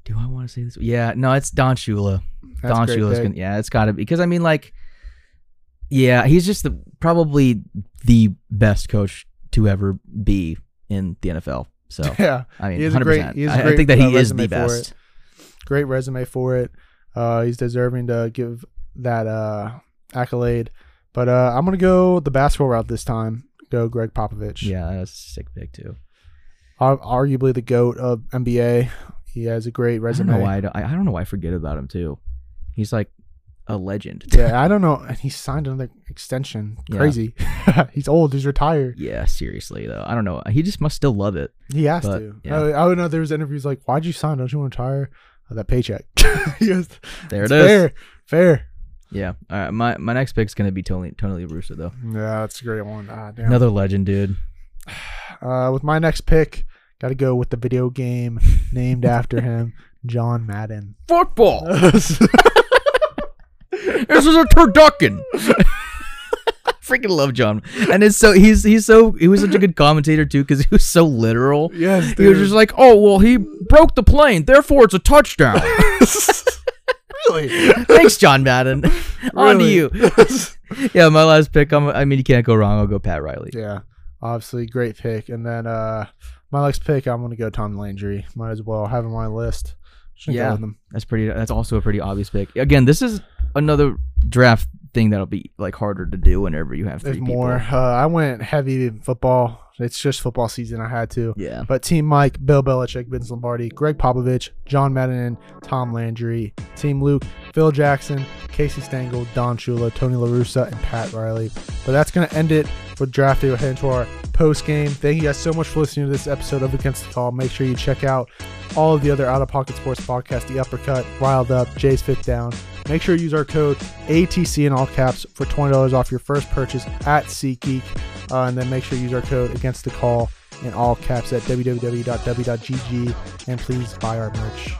do I want to say this? Yeah, no, it's Don Shula.
That's
Don
a great
Shula's
pick.
gonna. Yeah, it's got to be because I mean, like, yeah, he's just the probably the best coach to ever be in the NFL.
[LAUGHS]
So
[LAUGHS] Yeah,
I
He
mean,
is a
hundred
great-
percent.
he is a
I, I
great,
think that
uh,
he is the
resume for it.
best.
great resume for it. Uh, he's deserving to give that uh, accolade. But uh, I'm gonna go the basketball route this time. Go Greg Popovich.
Yeah, that's a sick pick too.
Ar- arguably the goat of NBA. He has a great
I don't
resume.
know why I don't, I I don't know why I forget about him too. He's like a legend.
[LAUGHS] yeah, I don't know. And he signed another extension.
Yeah.
Crazy. [LAUGHS] he's old. He's retired.
Yeah, seriously though. I don't know. He just must still love it.
He has
But,
to.
yeah.
I, I would know there was interviews like, "Why'd you sign? Don't you want to retire?" Oh, that paycheck. [LAUGHS] yes.
There
It's
it is.
Fair. Fair.
Yeah. All right. My my next pick's gonna be Tony Tony La Russa though.
Yeah, that's a great one. Ah, damn.
Another legend, dude.
Uh, with my next pick, got to go with the video game named after him, John Madden.
[LAUGHS] Football. this is a turducken. Freaking love John, and it's so he's he's so he was such a good commentator too because he was so literal.
yes,
He was just like, oh well, he broke the plane, therefore it's a [LAUGHS] touchdown.
[LAUGHS] really.
Thanks, John Madden. On to
Really?
you.
[LAUGHS]
yeah, my last pick. I'm, I mean, you can't go wrong. I'll go Pat Riley.
Yeah, obviously great pick. And then uh, my next pick, I'm gonna go Tom Landry. Might as well have him on my list. Shouldn't go
Yeah.
with him.
That's pretty. That's also a pretty obvious pick. Again, this is another draft thing that'll be like harder to do whenever you have three
There's
people.
more. Uh, I went heavy football. It's just football season. I had to.
Yeah.
But Team Mike, Bill Belichick, Vince Lombardi, Greg Popovich, John Madden, Tom Landry. Team Luke, Phil Jackson, Casey Stengel, Don Shula, Tony LaRussa, and Pat Riley. But that's going to end it for Draft Day. We're heading to our post game. Thank you guys so much for listening to this episode of Against the Call. Make sure you check out all of the other out of pocket sports podcasts The Uppercut, Riled Up, Jay's Fit Down. Make sure you use our code ATC in all caps for $20 off your first purchase at SeatGeek. Uh, and then make sure you use our code Against the Call in all caps at www.w.gg. And please buy our merch.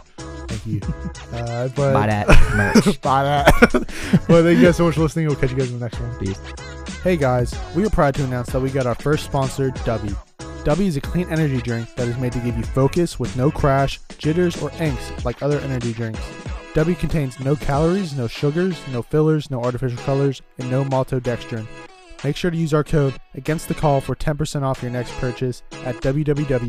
Thank you. [LAUGHS] Uh, but
Buy [LAUGHS] that merch.
Bye. that. [LAUGHS] well, thank you guys so much for listening. We'll catch you guys in the next one.
Peace.
Hey guys, we are proud to announce that we got our first sponsor, Dubby. Dubby is a clean energy drink that is made to give you focus with no crash, jitters, or angst like other energy drinks. Dubby contains no calories, no sugars, no fillers, no artificial colors, and no maltodextrin. Make sure to use our code against the call for 10% off your next purchase at www.w.gg.